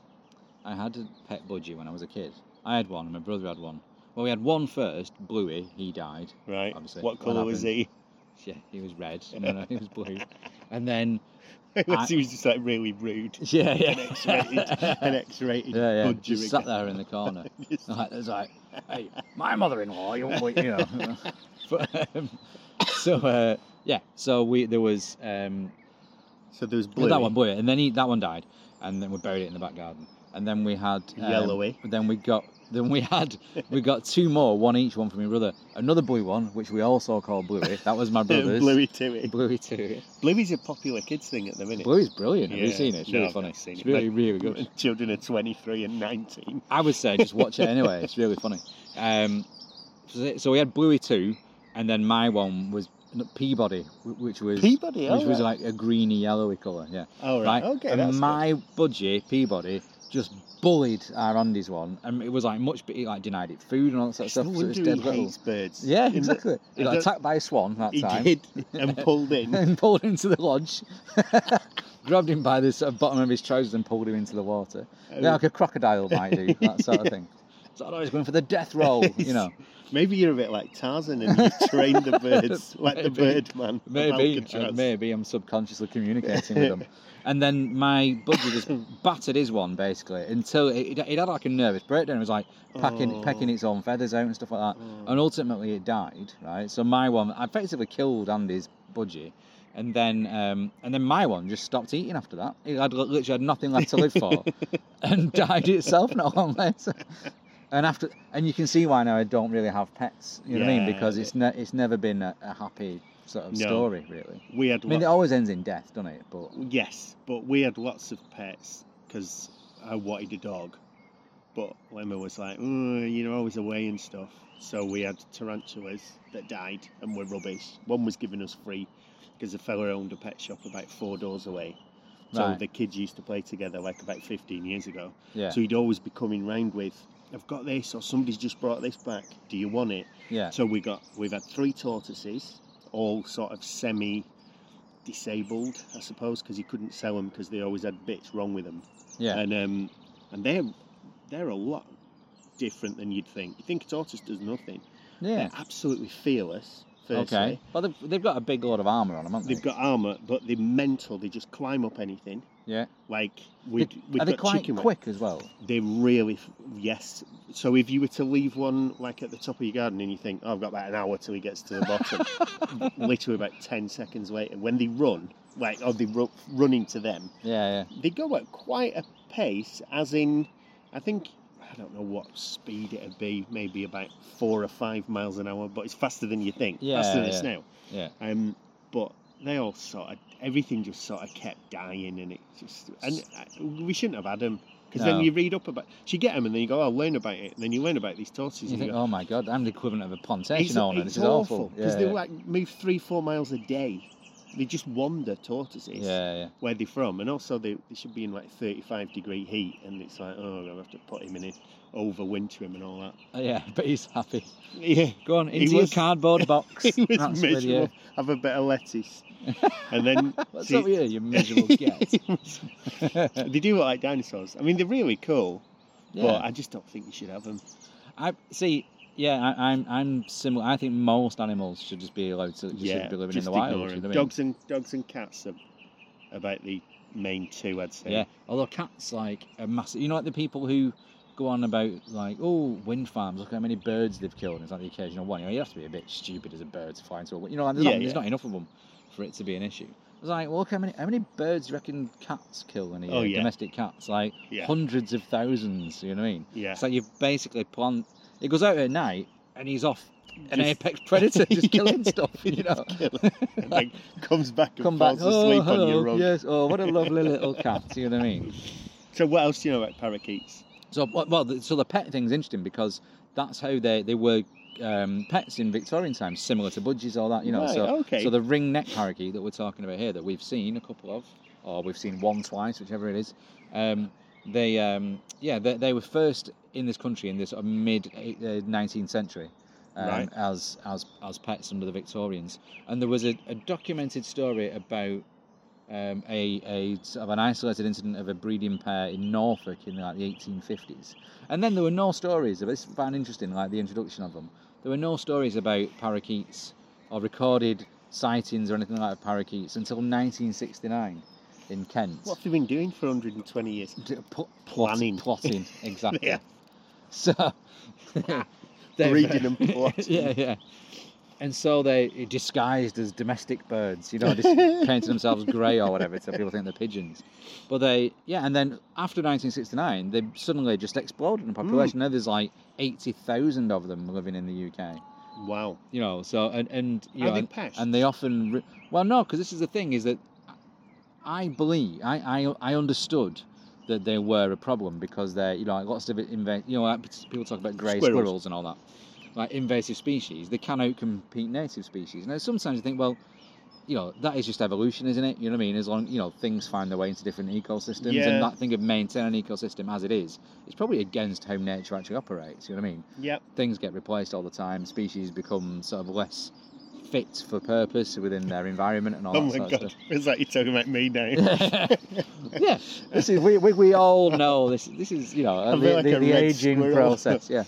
[SPEAKER 3] I had a pet budgie when I was a kid. I had one, and my brother had one. Well, we had one first, Bluey. He died.
[SPEAKER 2] right.
[SPEAKER 3] obviously,
[SPEAKER 2] What
[SPEAKER 3] what
[SPEAKER 2] colour was
[SPEAKER 3] happened?
[SPEAKER 2] he?
[SPEAKER 3] Yeah, he was red. No, no, he was blue. And then,
[SPEAKER 2] Unless he was just like really
[SPEAKER 3] [laughs]
[SPEAKER 2] rude.
[SPEAKER 3] yeah,
[SPEAKER 2] [laughs] An X-rated, an
[SPEAKER 3] yeah,
[SPEAKER 2] X-rated
[SPEAKER 3] yeah.
[SPEAKER 2] budger
[SPEAKER 3] Just sat
[SPEAKER 2] again.
[SPEAKER 3] there in the corner.
[SPEAKER 2] [laughs] Just-
[SPEAKER 3] Like, there's like,
[SPEAKER 2] [laughs]
[SPEAKER 3] hey, my mother-in-law, you won't, you know. but, um, so uh, yeah, so we there was um,
[SPEAKER 2] So there was
[SPEAKER 3] well,
[SPEAKER 2] blue.
[SPEAKER 3] that one boy, and then he that one died, and then we buried it in the back garden. and then we had um,
[SPEAKER 2] Yellowy.
[SPEAKER 3] Then we got then we had we got two more, one each, one for my brother. Another blue one, which we also call Bluey. That was my
[SPEAKER 2] [laughs]
[SPEAKER 3] brother's.
[SPEAKER 2] Bluey Tui.
[SPEAKER 3] Bluey too.
[SPEAKER 2] Bluey's a popular kids thing at the minute.
[SPEAKER 3] Bluey's brilliant. Have you
[SPEAKER 2] Yeah.
[SPEAKER 3] seen it? It's
[SPEAKER 2] No,
[SPEAKER 3] really
[SPEAKER 2] I've
[SPEAKER 3] funny.
[SPEAKER 2] not seen
[SPEAKER 3] it's
[SPEAKER 2] it,
[SPEAKER 3] really
[SPEAKER 2] but-
[SPEAKER 3] really good.
[SPEAKER 2] Children are 23 and 19.
[SPEAKER 3] I would say just watch it anyway. It's really funny. Um, so- so we had Bluey two, and then my one was Peabody, wh- which was
[SPEAKER 2] Peabody,
[SPEAKER 3] which
[SPEAKER 2] all
[SPEAKER 3] was
[SPEAKER 2] right.
[SPEAKER 3] like a greeny yellowy colour. Yeah.
[SPEAKER 2] all right.
[SPEAKER 3] right?
[SPEAKER 2] Okay,
[SPEAKER 3] and
[SPEAKER 2] that's good.
[SPEAKER 3] my budgie Peabody just bullied our Andy's one, and it was like much, but he like denied it food and all that sort of
[SPEAKER 2] It's
[SPEAKER 3] stuff.
[SPEAKER 2] No
[SPEAKER 3] so it was
[SPEAKER 2] wonder
[SPEAKER 3] dead
[SPEAKER 2] he
[SPEAKER 3] little.
[SPEAKER 2] hates birds.
[SPEAKER 3] Yeah,
[SPEAKER 2] In the-
[SPEAKER 3] exactly. he
[SPEAKER 2] in
[SPEAKER 3] got
[SPEAKER 2] the-
[SPEAKER 3] attacked by a swan that
[SPEAKER 2] he
[SPEAKER 3] time,
[SPEAKER 2] did and pulled in.
[SPEAKER 3] [laughs] and pulled into the lodge, [laughs] grabbed him by the sort of bottom of his trousers and pulled him into the water. Yeah, like a crocodile might do that sort of thing. So I was going for the death roll, you know.
[SPEAKER 2] Maybe you're a bit like Tarzan and you train
[SPEAKER 3] [laughs]
[SPEAKER 2] the birds like the
[SPEAKER 3] Maybe.
[SPEAKER 2] bird man. from
[SPEAKER 3] Maybe, uh,
[SPEAKER 2] Alcatraz.
[SPEAKER 3] maybe I'm subconsciously
[SPEAKER 2] [laughs]
[SPEAKER 3] communicating with them. And then my budgie just battered his one basically until it, it, it had like a nervous breakdown. It was like packing,
[SPEAKER 2] Oh.
[SPEAKER 3] pecking its own feathers out and stuff like that.
[SPEAKER 2] Oh.
[SPEAKER 3] And ultimately, it died. Right. So my one I effectively killed Andy's budgie, and then um, and then my one just stopped eating after that. It had li- literally had nothing left to
[SPEAKER 2] [laughs]
[SPEAKER 3] live for, and died itself not long later. And after, and you can see why now I don't really have pets. You know what I mean?
[SPEAKER 2] Yeah.
[SPEAKER 3] Because it's ne- it's never been a, a happy sort of
[SPEAKER 2] No.
[SPEAKER 3] story, really.
[SPEAKER 2] We had
[SPEAKER 3] I mean, it
[SPEAKER 2] lots-
[SPEAKER 3] always ends in death, doesn't it? But
[SPEAKER 2] yes, but we had lots of pets because I wanted a dog. But Lemma was like, "Oh, you're always away and stuff. So we had tarantulas that died and were rubbish. One was given us free because a fella owned a pet shop about four doors away. So
[SPEAKER 3] Right.
[SPEAKER 2] the kids used to play together like about 15 years ago.
[SPEAKER 3] yeah,
[SPEAKER 2] So he'd always be coming round with, I've got this, or somebody's just brought this back. Do you want it?
[SPEAKER 3] yeah,
[SPEAKER 2] So we got we've had three tortoises, all sort of semi disabled, I suppose, because he couldn't sell them because they always had bits wrong with them.
[SPEAKER 3] yeah,
[SPEAKER 2] And um, and they're they're a lot different than you'd think. You think a tortoise does nothing.
[SPEAKER 3] yeah.
[SPEAKER 2] They're absolutely fearless. Firstly.
[SPEAKER 3] Okay. Well, they've, they've got a big load of armor on them, haven't they?
[SPEAKER 2] They've got armor, but they're mental. They just climb up anything.
[SPEAKER 3] yeah.
[SPEAKER 2] Like we'd, we've
[SPEAKER 3] Are they
[SPEAKER 2] got
[SPEAKER 3] quite
[SPEAKER 2] chicken wing-
[SPEAKER 3] quick as well? [laughs]
[SPEAKER 2] they really f- yes so if you were to leave one like at the top of your garden and you think oh, i've got about an hour till he gets to the bottom literally about 10 seconds later when they run like or they ru- running to them
[SPEAKER 3] Yeah,
[SPEAKER 2] they go at quite a pace as in i think i don't know what speed it'd be maybe about four or five miles an hour but it's faster than you think
[SPEAKER 3] Yeah,
[SPEAKER 2] faster than
[SPEAKER 3] yeah.
[SPEAKER 2] a snail
[SPEAKER 3] yeah,
[SPEAKER 2] um, but they all sort of everything just sort of kept dying, and it just and uh, we shouldn't have had them because
[SPEAKER 3] No.
[SPEAKER 2] then you read up about so you get them and then you go, "Oh, I'll learn about it, and then you learn about these
[SPEAKER 3] yeah.
[SPEAKER 2] tortoises.
[SPEAKER 3] You
[SPEAKER 2] and
[SPEAKER 3] think,
[SPEAKER 2] you go,
[SPEAKER 3] oh my god, I'm the equivalent of a
[SPEAKER 2] it's,
[SPEAKER 3] plantation owner.
[SPEAKER 2] it's
[SPEAKER 3] This is awful.
[SPEAKER 2] because
[SPEAKER 3] Yeah,
[SPEAKER 2] they
[SPEAKER 3] yeah.
[SPEAKER 2] like move three four miles a day. They just wander tortoises
[SPEAKER 3] yeah, yeah.
[SPEAKER 2] where they're from, and also they, they should be in like 35 degree heat, and it's like, oh, I'm gonna have to put him in it, overwinter him, and all that. [laughs]
[SPEAKER 3] Oh, yeah, [laughs] but he's happy.
[SPEAKER 2] Yeah,
[SPEAKER 3] Go on,
[SPEAKER 2] He
[SPEAKER 3] into your
[SPEAKER 2] was-
[SPEAKER 3] cardboard box.
[SPEAKER 2] [laughs] he was
[SPEAKER 3] That's with you.
[SPEAKER 2] miserable. Have a bit of lettuce, and then
[SPEAKER 3] [laughs] What's
[SPEAKER 2] see-
[SPEAKER 3] up with you,
[SPEAKER 2] [laughs]
[SPEAKER 3] you miserable get?
[SPEAKER 2] they do look like dinosaurs. I mean, they're really cool, but
[SPEAKER 3] [laughs] yeah.
[SPEAKER 2] I just don't think you should have them.
[SPEAKER 3] I see. Yeah, I, I'm I'm similar. I think most animals should just be allowed to just should be living in the wild.
[SPEAKER 2] ignore
[SPEAKER 3] you know
[SPEAKER 2] 'em.
[SPEAKER 3] what I mean?
[SPEAKER 2] Dogs and dogs and cats are about the main two, I'd say.
[SPEAKER 3] Yeah. Although cats like a massive. You know, like the people who go on about like, oh, wind farms. Look how many birds they've killed. And it's like the occasional one. You know, you have to be a bit stupid as a bird to fly into a. win- You know, like, there's,
[SPEAKER 2] Yeah,
[SPEAKER 3] not, there's
[SPEAKER 2] yeah.
[SPEAKER 3] not enough of them for it to be an issue. I was like, well, look how many how many birds do you reckon cats kill in a year?
[SPEAKER 2] Oh, yeah.
[SPEAKER 3] Domestic cats, like
[SPEAKER 2] Yeah.
[SPEAKER 3] hundreds of thousands. You know what I mean?
[SPEAKER 2] yeah.
[SPEAKER 3] It's like you basically plant. It goes out at night and he's off. An
[SPEAKER 2] Just-
[SPEAKER 3] apex
[SPEAKER 2] [laughs]
[SPEAKER 3] predator just killing
[SPEAKER 2] Yeah.
[SPEAKER 3] stuff, you know.
[SPEAKER 2] and then comes back and
[SPEAKER 3] Come back,
[SPEAKER 2] falls
[SPEAKER 3] oh,
[SPEAKER 2] asleep on
[SPEAKER 3] hello,
[SPEAKER 2] your rug.
[SPEAKER 3] yes, oh, what a lovely
[SPEAKER 2] [laughs]
[SPEAKER 3] little cat, you know what I mean?
[SPEAKER 2] So what else do you know about parakeets?
[SPEAKER 3] So, well- well, the- so the pet thing's interesting because that's how they, they were um, pets in Victorian times, similar to budgies, all that, you know.
[SPEAKER 2] Right,
[SPEAKER 3] so,
[SPEAKER 2] okay.
[SPEAKER 3] so the ring neck parakeet that we're talking about here, that we've seen a couple of, or we've seen one twice, whichever it is, um, they, um, yeah, they, they were first in this country in this sort of mid eight- uh, 19th century. Um,
[SPEAKER 2] Right.
[SPEAKER 3] As as as pets under the Victorians, and there was a, a documented story about um, a, a sort of an isolated incident of a breeding pair in Norfolk in like the 1850s. And then there were no stories of this. I Found interesting, like the introduction of them. There were no stories about parakeets or recorded sightings or anything like of parakeets until 1969 in Kent.
[SPEAKER 2] What have they been doing for 120 years?
[SPEAKER 3] [laughs] D- pl-
[SPEAKER 2] Planning.
[SPEAKER 3] plotting,
[SPEAKER 2] [laughs]
[SPEAKER 3] exactly.
[SPEAKER 2] Yeah.
[SPEAKER 3] So [laughs]
[SPEAKER 2] Breeding and plotting.
[SPEAKER 3] yeah, yeah. And so they are disguised as domestic birds, you know, [laughs] just painting themselves grey or whatever, so people think they're pigeons. But they, yeah, and then after 1969, they suddenly just exploded in population. Now there's like 80,000 of them living in the UK.
[SPEAKER 2] Wow.
[SPEAKER 3] You know, so and and you
[SPEAKER 2] Are
[SPEAKER 3] know,
[SPEAKER 2] they
[SPEAKER 3] and-
[SPEAKER 2] pests?
[SPEAKER 3] and they often re- well no because this is the thing is that i believe I, I i understood that they were a problem because they're you know like lots of inva- you know like people talk about grey
[SPEAKER 2] Squirrels.
[SPEAKER 3] squirrels. and all that like invasive species they can outcompete native species now sometimes you think well you know that is just evolution isn't it you know what i mean as long you know things find their way into different ecosystems
[SPEAKER 2] Yeah.
[SPEAKER 3] and that thing of maintaining an ecosystem as it is it's probably against how nature actually operates you know what i mean
[SPEAKER 2] Yep.
[SPEAKER 3] things get replaced all the time. Species become sort of less fit for purpose within their environment and all
[SPEAKER 2] Oh
[SPEAKER 3] that
[SPEAKER 2] my
[SPEAKER 3] sort
[SPEAKER 2] god.
[SPEAKER 3] of
[SPEAKER 2] [laughs] It's like you're talking about me [laughs]
[SPEAKER 3] [laughs]
[SPEAKER 2] now.
[SPEAKER 3] stuff. yeah, this is we, we, we all know this. This is you know uh,
[SPEAKER 2] I feel
[SPEAKER 3] the,
[SPEAKER 2] like
[SPEAKER 3] the,
[SPEAKER 2] a
[SPEAKER 3] the
[SPEAKER 2] red
[SPEAKER 3] aging
[SPEAKER 2] squirrel. [coughs]
[SPEAKER 3] process. Yeah,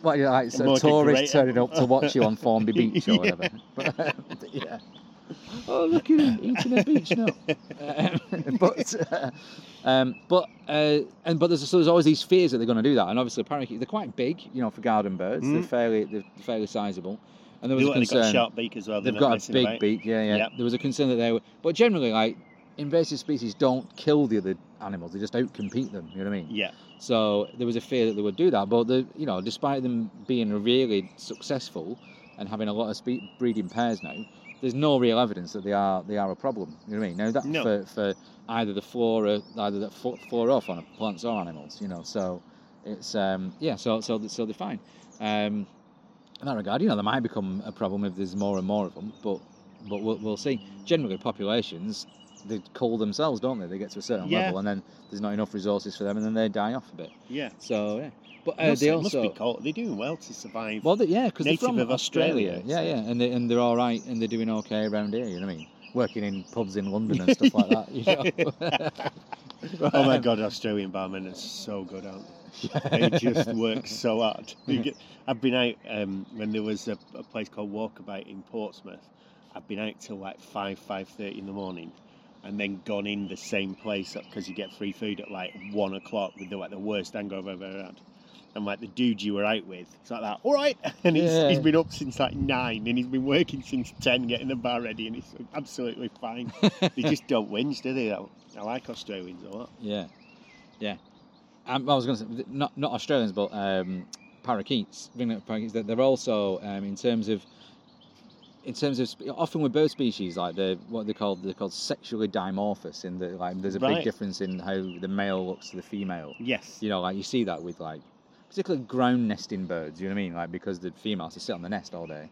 [SPEAKER 3] what you know, like
[SPEAKER 2] I'm
[SPEAKER 3] sort
[SPEAKER 2] like
[SPEAKER 3] of
[SPEAKER 2] a
[SPEAKER 3] tourists
[SPEAKER 2] great
[SPEAKER 3] turning up to watch you
[SPEAKER 2] [laughs]
[SPEAKER 3] on Formby Beach or
[SPEAKER 2] Yeah.
[SPEAKER 3] whatever. But, [laughs] yeah. Oh look at him eating a beach nut. Um, [laughs] but uh, um, but uh, and but there's so there's always these fears that they're going to do that, and obviously parakeets they're quite big, you know, for garden birds. They're
[SPEAKER 2] Mm.
[SPEAKER 3] fairly they're fairly sizable, and there was
[SPEAKER 2] They've
[SPEAKER 3] a
[SPEAKER 2] got
[SPEAKER 3] concern
[SPEAKER 2] a sharp beak as well. they're
[SPEAKER 3] they've
[SPEAKER 2] not
[SPEAKER 3] got a
[SPEAKER 2] messing
[SPEAKER 3] big
[SPEAKER 2] about.
[SPEAKER 3] beak. Yeah, yeah.
[SPEAKER 2] Yep.
[SPEAKER 3] There was a concern that they were, but generally like invasive species don't kill the other animals; they just outcompete them. You know what I mean?
[SPEAKER 2] Yeah.
[SPEAKER 3] So there was a fear that they would do that, but the you know, despite them being really successful and having a lot of spe- breeding pairs now, there's no real evidence that they are they are a problem. You know what I mean? Now that
[SPEAKER 2] No.
[SPEAKER 3] for, for either the flora, either the fl- flora off on plants or animals, you know. So it's um, yeah, so so so they're fine. Um, in that regard, you know, they might become a problem if there's more and more of them, but but we'll, we'll see. Generally, populations they cull themselves, don't they? They get to a certain
[SPEAKER 2] Yeah.
[SPEAKER 3] level, and then there's not enough resources for them, and then they die off a bit.
[SPEAKER 2] Yeah.
[SPEAKER 3] So yeah, but
[SPEAKER 2] Must-
[SPEAKER 3] uh, they
[SPEAKER 2] it must be
[SPEAKER 3] also
[SPEAKER 2] cold. They're doing well to survive.
[SPEAKER 3] well, they, yeah, because they're
[SPEAKER 2] Native
[SPEAKER 3] from
[SPEAKER 2] of Australia,
[SPEAKER 3] Yeah, yeah, and they and they're all right, and they're doing okay around here. You know what I mean? Working in pubs in London
[SPEAKER 2] [laughs]
[SPEAKER 3] and stuff like that. You know?
[SPEAKER 2] oh
[SPEAKER 3] [laughs]
[SPEAKER 2] my god, Australian barmen are so good, aren't [laughs] they? They just work so hard. [laughs] You get- I've been out um, when there was a, a place called Walkabout in Portsmouth. I've been out till like five, five thirty in the morning, and then gone in the same place because you get free food at like one o'clock with the, like the worst hangover I've ever had. And like the dude you were out with, it's like that. All right, [laughs] and he's,
[SPEAKER 3] Yeah.
[SPEAKER 2] he's been up since like nine, and he's been working since ten, getting the bar ready, and it's absolutely fine. they just don't [laughs] whinge, do they? I, I like Australians a lot.
[SPEAKER 3] Yeah, yeah. Um, I was going to say not not Australians, but um, parakeets. Ringlet parakeets. That they're also um, in terms of in terms of spe- often with bird species like they're what they're called they're called sexually dimorphous. In the like, there's a
[SPEAKER 2] Right.
[SPEAKER 3] big difference in how the male looks to the female.
[SPEAKER 2] Yes.
[SPEAKER 3] You know, like you see that with like particularly ground nesting birds. You know what I mean? Like because the female has to sit on the nest all day,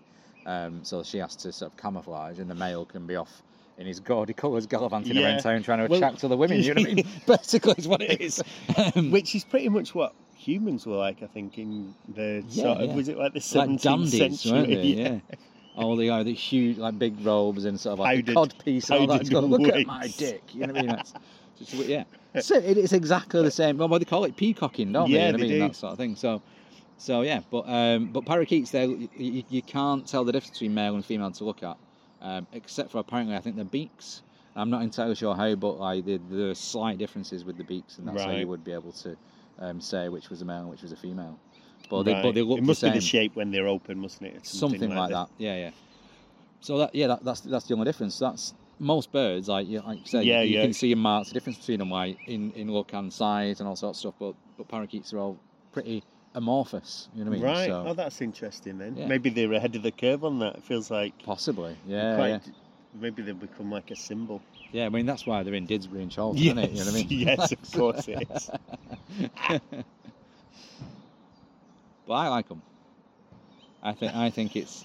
[SPEAKER 3] um, so she has to sort of camouflage, and the male can be off in his gaudy colours gallivanting
[SPEAKER 2] Yeah.
[SPEAKER 3] around town trying to
[SPEAKER 2] Well-
[SPEAKER 3] attract other women. You know what I mean? [laughs] Basically, is what it [laughs] is. Um,
[SPEAKER 2] Which is pretty much what humans were like, I think, in the
[SPEAKER 3] Yeah,
[SPEAKER 2] sort of,
[SPEAKER 3] yeah.
[SPEAKER 2] was it like the
[SPEAKER 3] It's like
[SPEAKER 2] 17th
[SPEAKER 3] dandies,
[SPEAKER 2] century?
[SPEAKER 3] weren't they? Yeah. [laughs] All the, uh, the huge, like big robes and sort of like
[SPEAKER 2] Powdered-
[SPEAKER 3] a codpiece and all that.
[SPEAKER 2] powdered
[SPEAKER 3] It's got, Look at my
[SPEAKER 2] wigs."
[SPEAKER 3] dick. You know what I mean? That's,
[SPEAKER 2] [laughs]
[SPEAKER 3] just, what- yeah. So it, it's exactly the same. Well, what they call it peacocking, don't
[SPEAKER 2] Yeah,
[SPEAKER 3] they?
[SPEAKER 2] they
[SPEAKER 3] You know what I mean?
[SPEAKER 2] do.
[SPEAKER 3] That sort of thing. So, so yeah. But um, but parakeets, they you, you you can't tell the difference between male and female to look at, um, except for apparently I think their beaks. I'm not entirely sure how, but like the, the slight differences with the beaks, and that's how
[SPEAKER 2] Right.
[SPEAKER 3] you would be able to um, say which was a male and which was a female. But they but
[SPEAKER 2] Right.
[SPEAKER 3] they look
[SPEAKER 2] It must
[SPEAKER 3] the same
[SPEAKER 2] be the shape when they're open, mustn't it? It's
[SPEAKER 3] something, like that. Yeah, yeah. So that yeah, that, that's that's the only difference. That's most birds, like you, like you say,
[SPEAKER 2] Yeah,
[SPEAKER 3] you
[SPEAKER 2] yeah.
[SPEAKER 3] can see in marks the difference between them, like in, in look and size and all sorts of stuff. But but parakeets are all pretty amorphous. You know what I mean?
[SPEAKER 2] Right.
[SPEAKER 3] So,
[SPEAKER 2] Oh, that's interesting then.
[SPEAKER 3] Yeah.
[SPEAKER 2] Maybe they're ahead of the curve on that. It feels like
[SPEAKER 3] possibly, yeah,
[SPEAKER 2] quite.
[SPEAKER 3] yeah.
[SPEAKER 2] Maybe they become like a symbol.
[SPEAKER 3] Yeah, I mean that's why they're in Didsbury and Charlton,
[SPEAKER 2] yes,
[SPEAKER 3] isn't it? You know
[SPEAKER 2] [laughs]
[SPEAKER 3] what I mean?
[SPEAKER 2] yes, of course it
[SPEAKER 3] [laughs]
[SPEAKER 2] is. [laughs]
[SPEAKER 3] but I like them. I think I think it's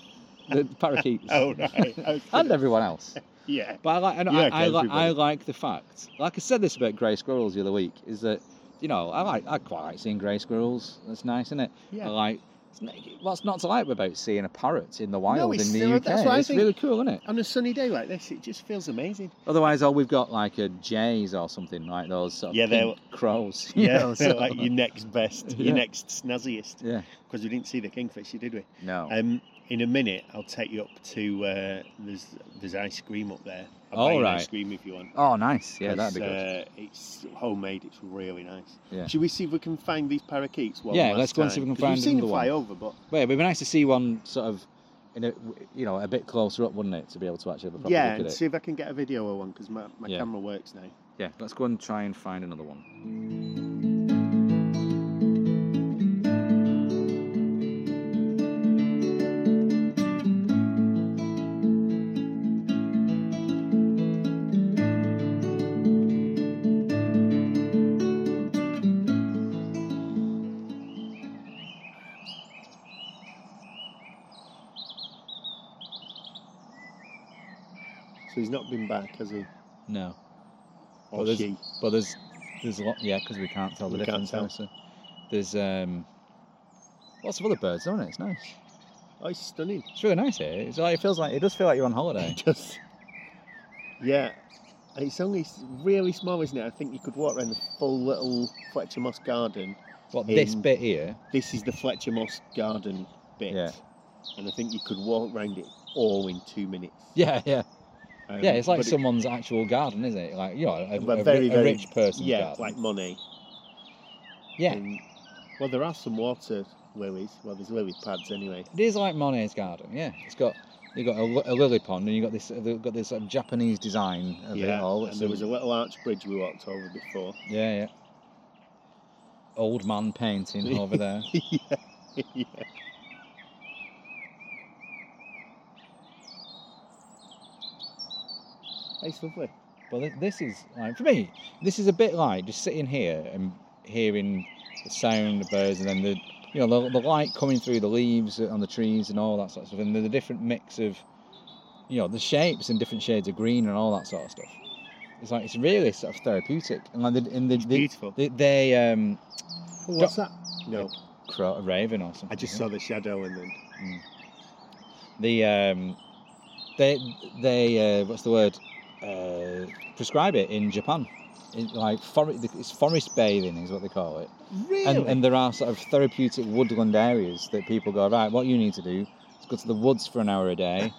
[SPEAKER 3] the parakeets
[SPEAKER 2] [laughs] Oh, right.
[SPEAKER 3] and
[SPEAKER 2] Okay.
[SPEAKER 3] everyone else.
[SPEAKER 2] yeah.
[SPEAKER 3] But I like, and
[SPEAKER 2] Yeah,
[SPEAKER 3] I,
[SPEAKER 2] okay,
[SPEAKER 3] I, li- I
[SPEAKER 2] everybody.
[SPEAKER 3] like the fact, like I said this about grey squirrels the other week, is that, you know, I like, I quite like seeing grey squirrels. That's nice, isn't it? I
[SPEAKER 2] Yeah.
[SPEAKER 3] like, it's not- what's not to like about seeing a parrot in the wild
[SPEAKER 2] it's-
[SPEAKER 3] in the
[SPEAKER 2] no,
[SPEAKER 3] UK?
[SPEAKER 2] that's what I
[SPEAKER 3] it's
[SPEAKER 2] think.
[SPEAKER 3] really cool, isn't it?
[SPEAKER 2] On a sunny day like this, it just feels amazing.
[SPEAKER 3] Otherwise, all we've got like a jays or something like those sort of
[SPEAKER 2] Yeah, they're-
[SPEAKER 3] pink crows. you
[SPEAKER 2] [laughs] Yeah,
[SPEAKER 3] know, so-
[SPEAKER 2] like your next
[SPEAKER 3] [laughs]
[SPEAKER 2] best, your
[SPEAKER 3] Yeah.
[SPEAKER 2] next snazziest.
[SPEAKER 3] yeah,
[SPEAKER 2] Because we didn't see the kingfisher, did we?
[SPEAKER 3] [laughs] no.
[SPEAKER 2] Um, in a minute, I'll take you up to uh, there's there's ice cream up there. I'll
[SPEAKER 3] All
[SPEAKER 2] buy you an
[SPEAKER 3] right.
[SPEAKER 2] ice cream if you want.
[SPEAKER 3] oh, nice. Yeah,
[SPEAKER 2] 'cause,
[SPEAKER 3] that'd be good.
[SPEAKER 2] Uh, it's homemade. It's really nice.
[SPEAKER 3] Yeah.
[SPEAKER 2] Should we see if we can find these parakeets? One
[SPEAKER 3] Yeah,
[SPEAKER 2] last
[SPEAKER 3] let's go and see if
[SPEAKER 2] time?
[SPEAKER 3] we can
[SPEAKER 2] 'Cause we've
[SPEAKER 3] find
[SPEAKER 2] seen them
[SPEAKER 3] another
[SPEAKER 2] fly over, but
[SPEAKER 3] Well, it'd be nice to see one sort of in a you know a bit closer up, wouldn't it, to be able to actually have a proper
[SPEAKER 2] yeah,
[SPEAKER 3] look at
[SPEAKER 2] and
[SPEAKER 3] it?
[SPEAKER 2] see if I can get a video of one because my, my
[SPEAKER 3] Yeah.
[SPEAKER 2] camera works now.
[SPEAKER 3] Yeah, let's go and try and find another one.
[SPEAKER 2] So he's not been back, has he? Oh,
[SPEAKER 3] No,
[SPEAKER 2] Or
[SPEAKER 3] Oh, there's-
[SPEAKER 2] she?
[SPEAKER 3] but there's there's a lot. Yeah, because we can't tell the
[SPEAKER 2] We can't
[SPEAKER 3] difference. now, so There's um, lots of other birds, don't it? It's nice.
[SPEAKER 2] Oh, it's stunning.
[SPEAKER 3] It's really nice here. It's like, it feels like it does feel like you're on holiday.
[SPEAKER 2] [laughs] Just yeah, it's only s- really small, isn't it? I think you could walk around the full little Fletcher Moss garden.
[SPEAKER 3] What this
[SPEAKER 2] In-
[SPEAKER 3] bit here?
[SPEAKER 2] This is the Fletcher Moss garden bit,
[SPEAKER 3] Yeah.
[SPEAKER 2] and I think you could walk around it all in two minutes.
[SPEAKER 3] Yeah, yeah,
[SPEAKER 2] Um,
[SPEAKER 3] yeah. It's like
[SPEAKER 2] but it-
[SPEAKER 3] someone's actual garden, isn't it? Like you know, a,
[SPEAKER 2] But
[SPEAKER 3] a ri-
[SPEAKER 2] very,
[SPEAKER 3] a
[SPEAKER 2] very-
[SPEAKER 3] rich person's
[SPEAKER 2] yeah,
[SPEAKER 3] garden.
[SPEAKER 2] like money.
[SPEAKER 3] yeah,
[SPEAKER 2] And- well, there are some water lilies. Well, there's lily pads anyway.
[SPEAKER 3] It is like Monet's garden, yeah. It's got you have got a, li- a lily pond, and you have got this uh, they've got this sort of Japanese design of
[SPEAKER 2] yeah,
[SPEAKER 3] it all.
[SPEAKER 2] and
[SPEAKER 3] It's
[SPEAKER 2] there
[SPEAKER 3] a-
[SPEAKER 2] was a little arch bridge we walked over before.
[SPEAKER 3] yeah, yeah. Old man
[SPEAKER 2] [laughs]
[SPEAKER 3] painting over there.
[SPEAKER 2] yeah, yeah. It's lovely.
[SPEAKER 3] Well, thi- this is like for me. This is a bit like just sitting here and hearing the sound of birds, and then the you know the, the light coming through the leaves on the trees and all that sort of stuff, and the, the different mix of you know the shapes and different shades of green and all that sort of stuff. It's like it's really sort of therapeutic, and like the, and the, the,
[SPEAKER 2] Beautiful.
[SPEAKER 3] they, they um
[SPEAKER 2] what's that? No,
[SPEAKER 3] crow, a raven or something.
[SPEAKER 2] I just
[SPEAKER 3] isn't
[SPEAKER 2] saw
[SPEAKER 3] it?
[SPEAKER 2] the shadow and then
[SPEAKER 3] the um, they they uh, what's the word uh, prescribe it in Japan. It, like forest, it's forest bathing is what they call it,
[SPEAKER 2] really.
[SPEAKER 3] [laughs] and, and there are sort of therapeutic woodland areas that people go right. What you need to do is go to the woods for an hour a day,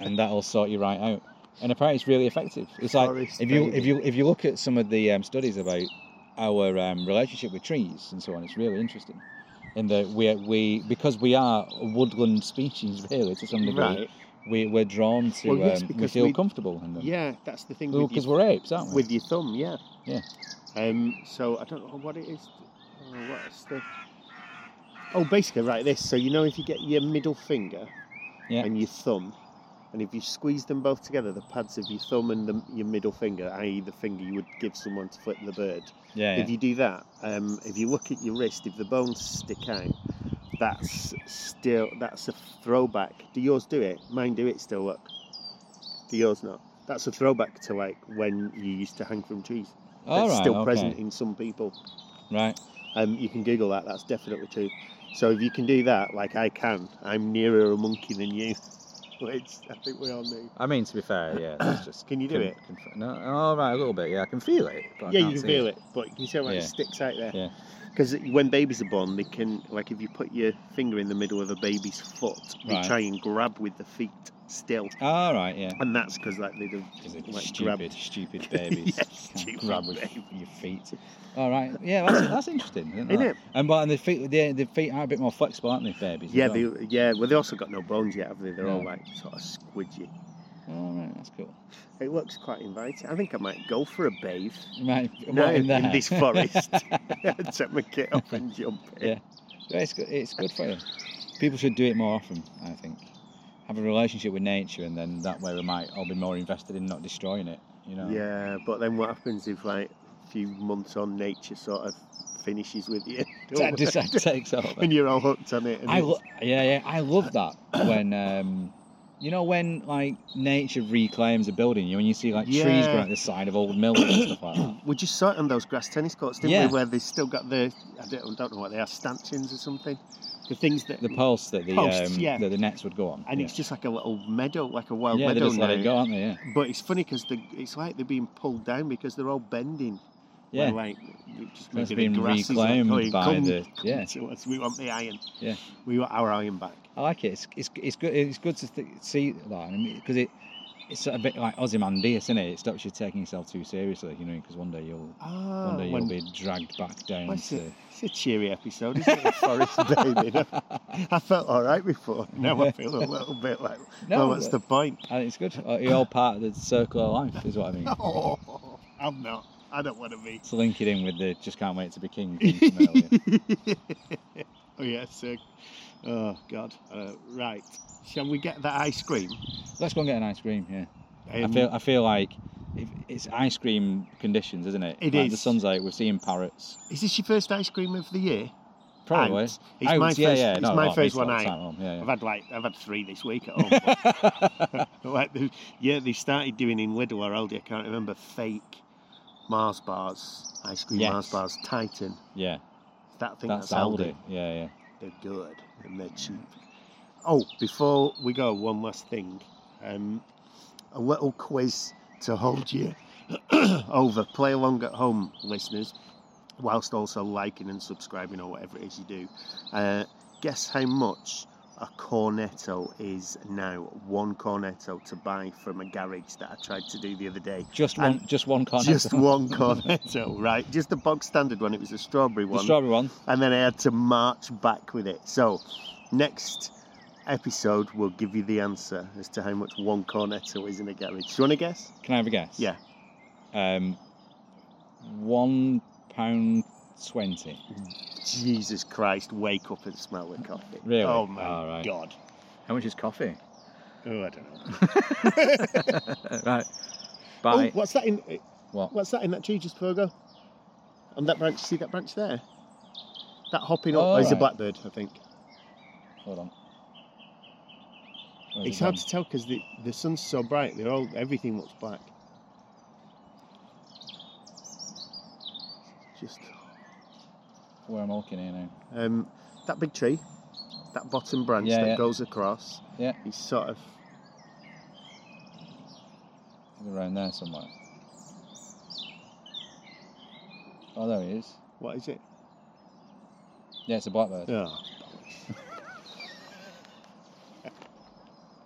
[SPEAKER 3] and that'll sort you right out. And apparently, it's really effective. It's like
[SPEAKER 2] Forest
[SPEAKER 3] if you if
[SPEAKER 2] bathing.
[SPEAKER 3] you if you look at some of the um, studies about our um, relationship with trees and so on, it's really interesting. In that we we because we are a woodland species [laughs] really to some degree,
[SPEAKER 2] right.
[SPEAKER 3] we we're drawn to
[SPEAKER 2] Well, yes,
[SPEAKER 3] um, we
[SPEAKER 2] because
[SPEAKER 3] feel
[SPEAKER 2] we-
[SPEAKER 3] comfortable in them.
[SPEAKER 2] Yeah, that's the thing.
[SPEAKER 3] Well,
[SPEAKER 2] with,
[SPEAKER 3] because
[SPEAKER 2] your,
[SPEAKER 3] we're apes, aren't we?
[SPEAKER 2] with your thumb, yeah.
[SPEAKER 3] Yeah.
[SPEAKER 2] Um. So I don't know what it is. Oh, what's the? Oh, basically, right. This. So you know, if you get your middle finger
[SPEAKER 3] Yeah.
[SPEAKER 2] and your thumb, and if you squeeze them both together, the pads of your thumb and the, your middle finger, i.e., the finger you would give someone to flip the bird.
[SPEAKER 3] yeah, yeah.
[SPEAKER 2] If you do that, um, if you look at your wrist, if the bones stick out, that's still that's a throwback. Do yours do it? Mine do it still. Look, do yours not? That's a throwback to like when you used to hang from trees.
[SPEAKER 3] All
[SPEAKER 2] It's
[SPEAKER 3] right,
[SPEAKER 2] still
[SPEAKER 3] okay.
[SPEAKER 2] present in some people.
[SPEAKER 3] Right.
[SPEAKER 2] Um, you can Google that. That's definitely true. So if you can do that, like I can, I'm nearer a monkey than you, [laughs] which I think we all knew.
[SPEAKER 3] I mean, to be fair, yeah. That's just
[SPEAKER 2] Can you do it?
[SPEAKER 3] Conf- no, all right, a little bit. Yeah, I can feel it. But I
[SPEAKER 2] yeah,
[SPEAKER 3] can't
[SPEAKER 2] you can
[SPEAKER 3] see
[SPEAKER 2] feel it, but you can see how like,
[SPEAKER 3] Yeah.
[SPEAKER 2] it sticks out there.
[SPEAKER 3] Yeah.
[SPEAKER 2] Because when babies are born, they can, like, if you put your finger in the middle of a baby's foot, they
[SPEAKER 3] Right.
[SPEAKER 2] try and grab with the feet still.
[SPEAKER 3] All right, yeah.
[SPEAKER 2] And that's because, like, they do.
[SPEAKER 3] Because they're
[SPEAKER 2] Like,
[SPEAKER 3] stupid,
[SPEAKER 2] grab-
[SPEAKER 3] [laughs] stupid babies.
[SPEAKER 2] Yeah,
[SPEAKER 3] Can't
[SPEAKER 2] stupid
[SPEAKER 3] grab with
[SPEAKER 2] baby.
[SPEAKER 3] your feet. All right, yeah, that's, that's interesting, isn't,
[SPEAKER 2] Isn't
[SPEAKER 3] that?
[SPEAKER 2] it?
[SPEAKER 3] And but and the feet, the, the feet are a bit more flexible, aren't they, babies? as
[SPEAKER 2] Yeah,
[SPEAKER 3] well?
[SPEAKER 2] they, yeah. Well, they also got no bones yet, have they? They're all
[SPEAKER 3] No.
[SPEAKER 2] like sort of squidgy.
[SPEAKER 3] All right, that's cool.
[SPEAKER 2] It looks quite inviting. I think I might go for a bathe.
[SPEAKER 3] Right,
[SPEAKER 2] No,
[SPEAKER 3] what in, there?
[SPEAKER 2] in this
[SPEAKER 3] [laughs]
[SPEAKER 2] forest. [laughs] Take my kit off and jump in.
[SPEAKER 3] Yeah. Yeah, it's good. It's good for you. People should do it more often. I think have a relationship with nature, and then that way we might all be more invested in not destroying it. You know.
[SPEAKER 2] Yeah, but then what happens if like a few months on nature sort of finishes with you? [laughs]
[SPEAKER 3] That just that takes over.
[SPEAKER 2] and you're all hooked on it. And
[SPEAKER 3] I
[SPEAKER 2] it's-
[SPEAKER 3] lo- yeah, yeah, I love that when um, you know when like nature reclaims a building. You know, when you see like trees
[SPEAKER 2] Yeah.
[SPEAKER 3] growing out the side of old mills and stuff like that.
[SPEAKER 2] we just saw it on those grass tennis courts, didn't
[SPEAKER 3] Yeah.
[SPEAKER 2] we? Where they still got the I don't, I don't know what they are stanchions or something. The things that
[SPEAKER 3] The posts that the
[SPEAKER 2] Posts,
[SPEAKER 3] um,
[SPEAKER 2] yeah.
[SPEAKER 3] that the nets would go on.
[SPEAKER 2] and
[SPEAKER 3] yeah.
[SPEAKER 2] it's just like a little meadow, like a wild
[SPEAKER 3] yeah, they
[SPEAKER 2] meadow
[SPEAKER 3] just let it
[SPEAKER 2] now.
[SPEAKER 3] go, aren't they? Yeah.
[SPEAKER 2] But it's funny because it's like they're being pulled down because they're all bending.
[SPEAKER 3] Yeah.
[SPEAKER 2] Where, like it just
[SPEAKER 3] So it's
[SPEAKER 2] maybe the
[SPEAKER 3] been
[SPEAKER 2] grass is
[SPEAKER 3] reclaimed
[SPEAKER 2] like, going,
[SPEAKER 3] by
[SPEAKER 2] come,
[SPEAKER 3] the-
[SPEAKER 2] come [laughs]
[SPEAKER 3] yeah.
[SPEAKER 2] to us, We want the iron.
[SPEAKER 3] Yeah.
[SPEAKER 2] We want our iron back.
[SPEAKER 3] I like it. It's, it's, it's good. It's good to th- see that. I mean, because it it's a bit like Ozymandias, isn't it? It stops you taking yourself too seriously, you know, because one day you'll
[SPEAKER 2] Ah,
[SPEAKER 3] one day you'll
[SPEAKER 2] when-
[SPEAKER 3] be dragged back down
[SPEAKER 2] What's
[SPEAKER 3] to.
[SPEAKER 2] it? It's a cheery episode, isn't it?
[SPEAKER 3] [laughs]
[SPEAKER 2] Forest baby. I felt all right before. Now I feel a little bit like,
[SPEAKER 3] No,
[SPEAKER 2] well, Oh, what's the
[SPEAKER 3] but-
[SPEAKER 2] point? [laughs]
[SPEAKER 3] I think it's good. Uh, You're all part of the circle of life, is what I mean.
[SPEAKER 2] Oh, I'm not. I don't want to be.
[SPEAKER 3] To link it in with the just can't wait to be
[SPEAKER 2] [laughs]
[SPEAKER 3] king thing from earlier.
[SPEAKER 2] oh yes. Uh, oh God. Uh, right. Shall we get that ice cream?
[SPEAKER 3] Let's go and get an ice cream. Yeah, I
[SPEAKER 2] Um,
[SPEAKER 3] feel I feel like if, it's ice cream conditions, isn't it?
[SPEAKER 2] It
[SPEAKER 3] like The
[SPEAKER 2] is.
[SPEAKER 3] sun's out. We're seeing parrots.
[SPEAKER 2] Is this your first ice cream of the year? Out.
[SPEAKER 3] Probably.
[SPEAKER 2] It's my
[SPEAKER 3] Out,
[SPEAKER 2] first.
[SPEAKER 3] yeah, yeah,
[SPEAKER 2] It's
[SPEAKER 3] no,
[SPEAKER 2] my
[SPEAKER 3] right,
[SPEAKER 2] first one
[SPEAKER 3] lot of
[SPEAKER 2] out.
[SPEAKER 3] time on,
[SPEAKER 2] [laughs]
[SPEAKER 3] Yeah,
[SPEAKER 2] I've had like I've had three this week
[SPEAKER 3] [laughs]
[SPEAKER 2] at home. [laughs]
[SPEAKER 3] yeah.
[SPEAKER 2] like the, yeah, they started doing in Widdle or Aldi. I can't remember fake Mars bars, ice cream
[SPEAKER 3] Yes.
[SPEAKER 2] Mars bars, Titan.
[SPEAKER 3] yeah,
[SPEAKER 2] That thing
[SPEAKER 3] that's
[SPEAKER 2] that's,
[SPEAKER 3] Aldi. Yeah, yeah.
[SPEAKER 2] they're good and they're cheap. Oh, before we go, one last thing. Um, a little quiz to hold you [clears throat] over. Play along at home, listeners, whilst also liking and subscribing or whatever it is you do. Uh, guess how much a cornetto is now? One cornetto to buy from a garage that I tried to do the other day.
[SPEAKER 3] Just one,
[SPEAKER 2] And
[SPEAKER 3] just one cornet. [laughs]
[SPEAKER 2] Just one cornetto, right? Just the bog standard one. It was a strawberry
[SPEAKER 3] the
[SPEAKER 2] one
[SPEAKER 3] strawberry one.
[SPEAKER 2] and then I had to march back with it. So, next episode, we'll give you the answer as to how much one cornetto is in a garage. Do you want to guess?
[SPEAKER 3] Can I have a guess?
[SPEAKER 2] Yeah.
[SPEAKER 3] Um, one pound twenty.
[SPEAKER 2] Jesus Christ, wake up and smell the coffee.
[SPEAKER 3] Really?
[SPEAKER 2] Oh my
[SPEAKER 3] All right.
[SPEAKER 2] God.
[SPEAKER 3] How much
[SPEAKER 2] [laughs]
[SPEAKER 3] is coffee? [laughs]
[SPEAKER 2] Oh, I don't know.
[SPEAKER 3] right.
[SPEAKER 2] Oh,
[SPEAKER 3] Bye.
[SPEAKER 2] what's that in?
[SPEAKER 3] what?
[SPEAKER 2] What's that in that tree just before I go? On that branch, see that branch there? That hopping up
[SPEAKER 3] Oh,
[SPEAKER 2] oh, is a
[SPEAKER 3] right.
[SPEAKER 2] blackbird, I think.
[SPEAKER 3] Hold on. Where's
[SPEAKER 2] It's
[SPEAKER 3] it
[SPEAKER 2] hard
[SPEAKER 3] gone?
[SPEAKER 2] to tell because the, the sun's so bright. They're all everything looks black. Just
[SPEAKER 3] Where I'm eh? looking here now.
[SPEAKER 2] Um, that big tree, that bottom branch
[SPEAKER 3] Yeah,
[SPEAKER 2] that
[SPEAKER 3] yeah.
[SPEAKER 2] goes across,
[SPEAKER 3] Yeah.
[SPEAKER 2] is sort of.
[SPEAKER 3] It's around there somewhere. Oh, there he is. Oh,
[SPEAKER 2] What is it?
[SPEAKER 3] Yeah, it's a blackbird.
[SPEAKER 2] Oh,